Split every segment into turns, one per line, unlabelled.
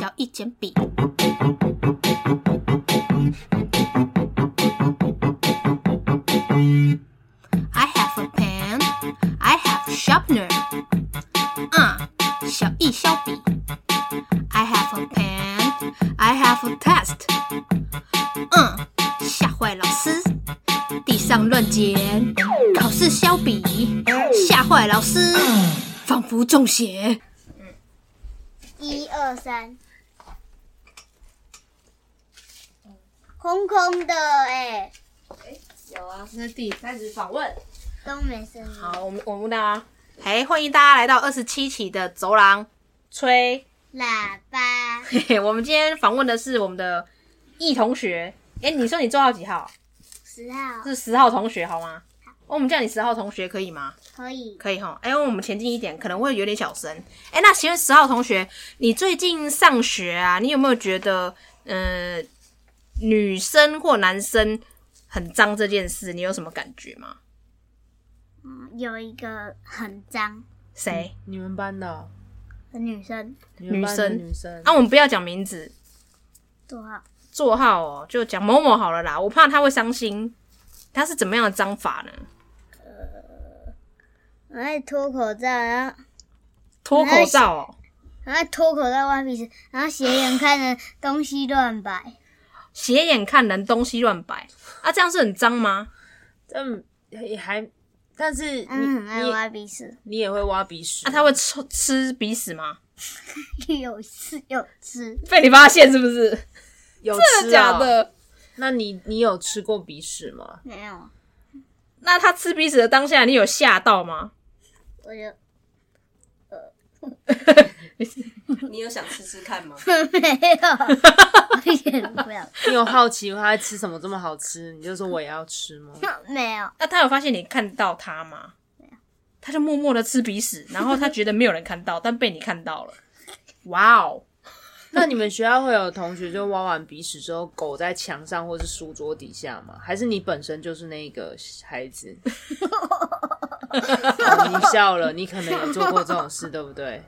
小一简笔，I have a pen. I have sharpener. 啊，小易削笔。I have a pen. I have a test. 嗯，吓坏老师。地上乱捡，考试削笔，吓坏老师，仿佛中邪。
一二三，空空的哎、
有啊，这是第三十访问。
都没声音。
好，我们我们呢，哎，欢迎大家来到二十七期的走廊吹。
喇叭
嘿嘿，我们今天访问的是我们的易同学。哎，你说你座号几号？
十号
是十号同学好吗？哦我们叫你十号同学可以吗？
可以，
可以哈。哎，我们前进一点，可能会有点小声。哎，那请问十号同学，你最近上学啊，你有没有觉得，呃，女生或男生很脏这件事，你有什么感觉吗？
嗯有一个很脏
谁？
你们班的哦
的女生，
你们班的
女
女生
啊，我们不要讲名字，
多好
座号哦，就讲某某好了啦，我怕他会伤心。他是怎么样的脏法呢？
然后脱口罩，然后
脱口罩哦，
然后脱口罩外皮时，然后斜眼看着东西乱摆，
斜眼看人，东西乱摆啊，这样是很脏吗？
嗯，也还，但是你、
嗯，很爱
你
挖鼻屎。
你也会挖鼻屎
啊，他会吃吃鼻屎吗？
有吃有吃，
被你发现是不 是？啊
有
真的
吃哦
假？的？
那你你有吃过鼻屎吗？
没有，
那他吃鼻屎的当下，你有吓到吗？
我呃就
你有想吃吃看吗？
没有，我一点都不要，
你有好奇他在吃什么这么好吃？你就说我也要吃 吗？
没有，
那啊他有发现你看到他吗？他就默默的吃鼻屎，然后他觉得没有人看到，但被你看到了。哇哦！
那你们学校会有同学就挖完鼻屎之后狗在墙上或是书桌底下吗？还是你本身就是那个孩子？ 哦你笑了，你可能也做过这种事，对不对？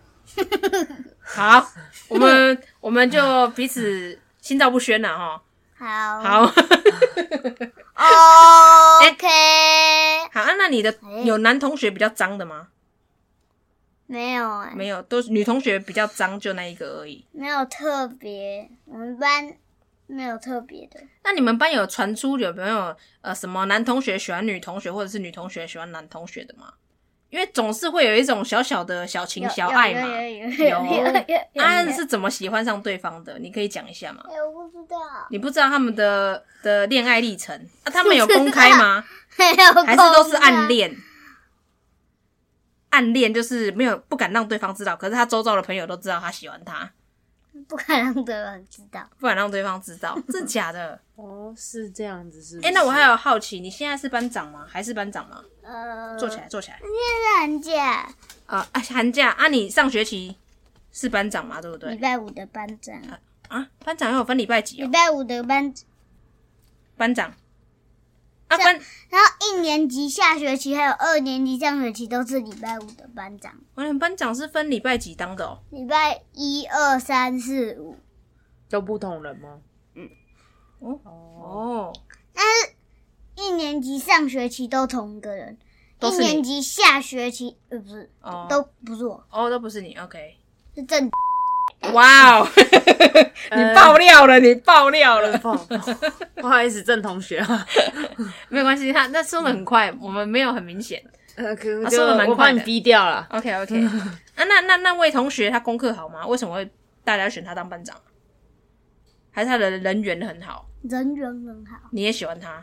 好，我们我们就彼此心照不宣了哈。
好，
好
OK，、
好，啊那你的有男同学比较脏的吗？
没有哎、
没有，都是女同学比较脏，就那一个而已。
没有特别，我们班没有特别的，
那你们班有传出有没有呃什么男同学喜欢女同学，或者是女同学喜欢男同学的吗？因为总是会有一种小小的小情
有
小爱嘛。
有有有有有有有。
安、是怎么喜欢上对方的？你可以讲一下吗？
哎，我不知道，
你不知道他们的的恋爱历程， 啊，他们有公开吗？还
还
是都是暗？恋？暗恋就是没有不敢让对方知道，可是他周遭的朋友都知道他喜欢他，
不敢让对方知道。
不敢让对方知道，真假 的？
哦，是这样子是不是？
哎、那我还有好奇，你现在是班长吗？还是班长吗？
呃，
坐起来，坐起来。
是寒假，
呃，啊，寒假啊，你上学期是班长嘛？对不
礼
对？
拜五的班长，
啊，班长又有分礼拜几
礼
哦？
拜五的班，
班长啊，
是
班
然后一年级下学期还有二年级上学期都是礼拜五的班长，
我想班长是分礼拜几当的哦。
礼拜一二三四五。
都不同人吗？
哦，
一年级上学期都同一个人，
都
一
是你
年级下学期呃不是、
哦
都不是我，
哦，都不是你，OK。
是正
哇 哦，你爆料了，你爆料了，
不好 不好意思，郑同学啊，
没有关系，他那说的很快，我们没有很明显。
呃，可能
他
就
说得蛮
我
快
把
的
你逼掉了。
OK OK，啊，那那那位同学他功课好吗？为什么会大家选他当班长？啊还是他的人缘很好？
人缘很好，
你也喜欢他？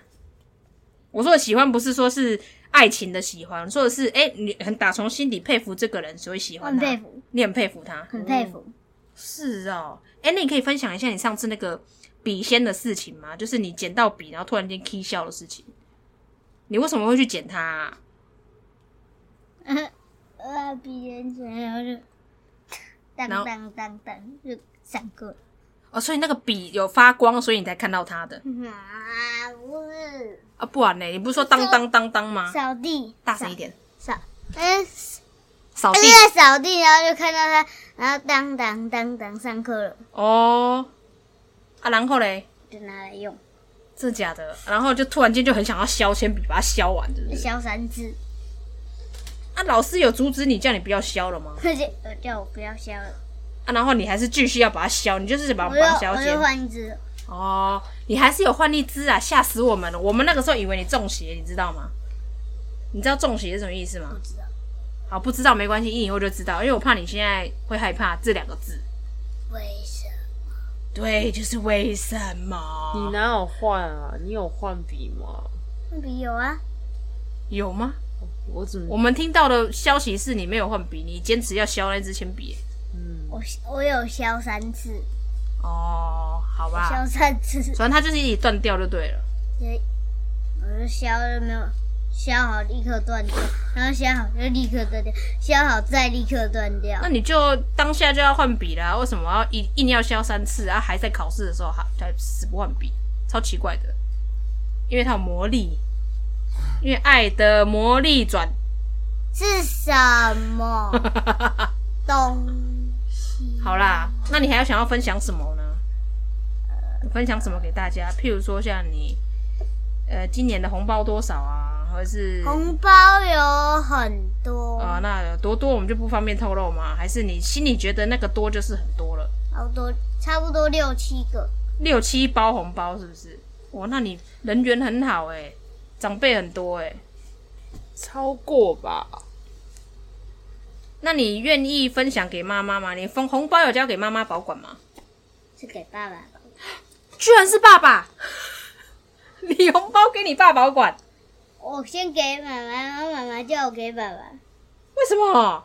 我说的喜欢不是说是爱情的喜欢，说的是哎、你很打从心底佩服这个人，所以喜
我
欢
很
他，
佩服，
你很佩服他。
很佩服。
是哦，哎、那你可以分享一下你上次那个笔仙的事情吗？就是你捡到笔，然后突然间 k 笑的事情，你为什么会去捡它啊、嗯
呃，比人前然后就当
然后
当当当就闪过。
哦，所以那个笔有发光，所以你才看到它的
啊，不是
啊，不然呢？你不是说当当当当吗？
扫地，
大声一点，
扫，扫，嗯，
扫
他
地
就在扫地，然后就看到他，然后当当当当上课了，
哦。啊，然后嘞，
就拿来用，
这假的，然后就突然间就很想要削铅笔，把它削完，是不是？
削三次，
啊，老师有阻止你叫你不要削了吗？
而且我叫我不要削了，
啊，然后你还是继续要把它削，你就是把
我
把
又
它削
我
尖
又。换一只了，
哦，你还是有换荔枝啊，吓死我们了！我们那个时候以为你中邪，你知道吗？你知道中邪是什么意思吗？不知道。好，不知道没关系，你以后就知道，因为我怕你现在会害怕这两个字。
为什么？
对，就是为什么？
你哪有换啊？你有换笔吗？
那笔有啊，
有吗？
我怎
我
么
们听到的消息是你没有换笔，你坚持要削那支铅笔。
嗯
我我有削三次，
哦，好吧，
削三次，
反正它就是一直断掉就对了。
对我就削了没有。削好立刻断掉，然后削好就立刻断掉，削好再立刻断掉
那。你就当下就要换笔啦、为什么要硬硬要削三次啊？还在考试的时候还还死不换笔，超奇怪的。因为它有魔力，因为爱的魔力转。
是什么东西？
好啦，那你还要想要分享什么呢？分享什么给大家？譬如说像你，呃，今年的红包多少啊？或者是
红包有很多，
啊、那有多多我们就不方便透露吗？还是你心里觉得那个多就是很多了？
好多，差不多六七个。
六七包红包是不是？哇，那你人缘很好哎、长辈很多哎、
超过吧？
那你愿意分享给妈妈吗？你封红包有交给妈妈保管吗？
是给爸爸的，
居然是爸爸， 你红包给你爸保管，
我先给妈妈，然后妈妈叫我给爸爸。
为什么？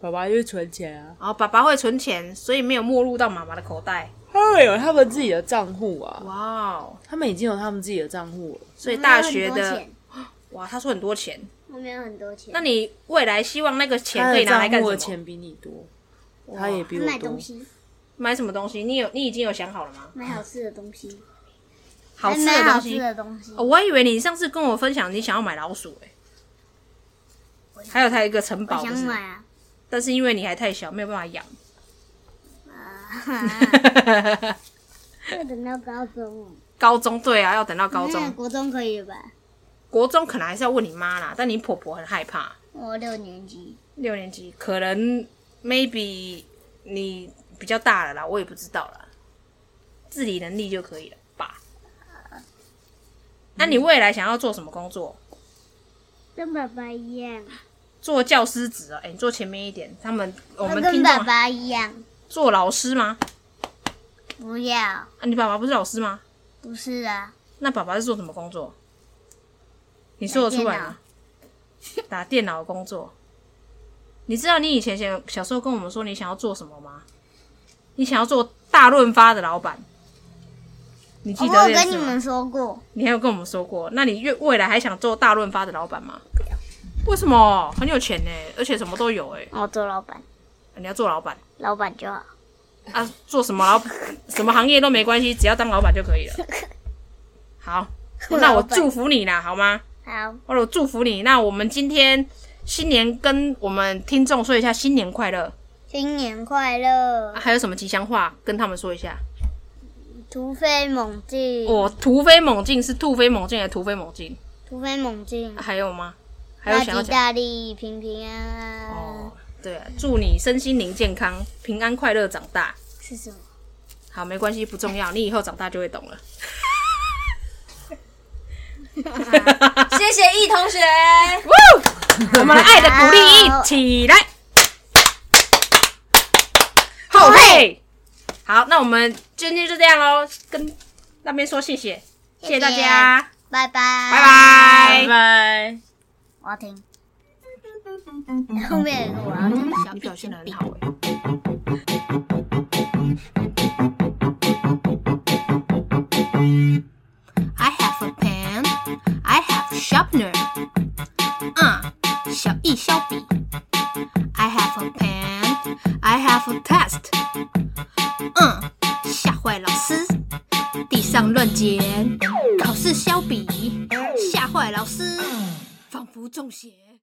爸爸就是存钱啊，
哦，爸爸会存钱，所以没有没入到妈妈的口袋。
他们有他们自己的账户啊，
哇哦，
他们已经有他们自己的账户了。
所以大学
我没有很多
的
钱，
哇，他说很多钱，
我没有很多钱。
那你未来希望那个钱
他
可以
的
拿来
账
干
户
什
的
么？
钱比你多，他也比我
买
多
东。西，
买什么东西？你有你已经有想好了吗？
买好吃的东西，
好吃
还
的
买哎好
东
吃
西。
的东西。
哦我还以为你上次跟我分享你想要买老鼠、欸，还有它一个城
我
堡，
想
不是
买啊，
但是因为你还太小，没有办法养。
啊 要等到高中，
高中对啊，要等到高
那
中，
国中可以了吧？
国中可能还是要问你妈啦，但你婆婆很害怕。
我六年级，
六年级可能 maybe 你比较大了啦，我也不知道啦，自理能力就可以了吧？
呃
那、你未来想要做什么工作？
跟爸爸一样，
做教师职啊？哎、你坐前面一点，他们我
要
们
跟
听
爸
众啊
爸一样，
做老师吗？
不要。
啊，你爸爸不是老师吗？
不是啊，
那爸爸是做什么工作？你说得出来吗？打电脑的工作。你知道你以前小小时候跟我们说你想要做什么吗？你想要做大润发的老板，你记
哦我
得这件
有跟
事
你
吗？
们说过，
你还有跟我们说过，那你越未来还想做大润发的老板吗？为什么？很有钱呢、而且什么都有哎、
我哦做老板，
你要做老板
老板就好。
啊？做什么老什么行业都没关系，只要当老板就可以了。好，那我
老板
祝福你啦，好吗？
好，
我有祝福你。那我们今天新年跟我们听众说一下新年快乐，
新年快乐
啊，还有什么吉祥话跟他们说一下？
突飞猛进，
我、突飞猛进是突飞猛进还是突飞猛进？
突飞猛进，
还有吗？还有
大
想要
吉
讲？
大利，平平安安。
哦，对、啊，祝你身心灵健康、平安快乐长大。
是什么？
好，没关系，不重要，你以后长大就会懂了。
谢谢易同学，
我们来爱的鼓
好
励一起来，后嘿。好，那我们今天就这样喽，跟那边说谢谢，谢谢大家。
拜拜，
拜拜。
拜。
拜拜。
我要听。后面有一个我要听，
你表现的很好哎、
I have a pen. I have sharpener. Uh, 小易削笔。I have a pen. I have a test. 嗯，吓坏老师，地上乱捡，考试削笔，吓坏老师，仿佛中邪。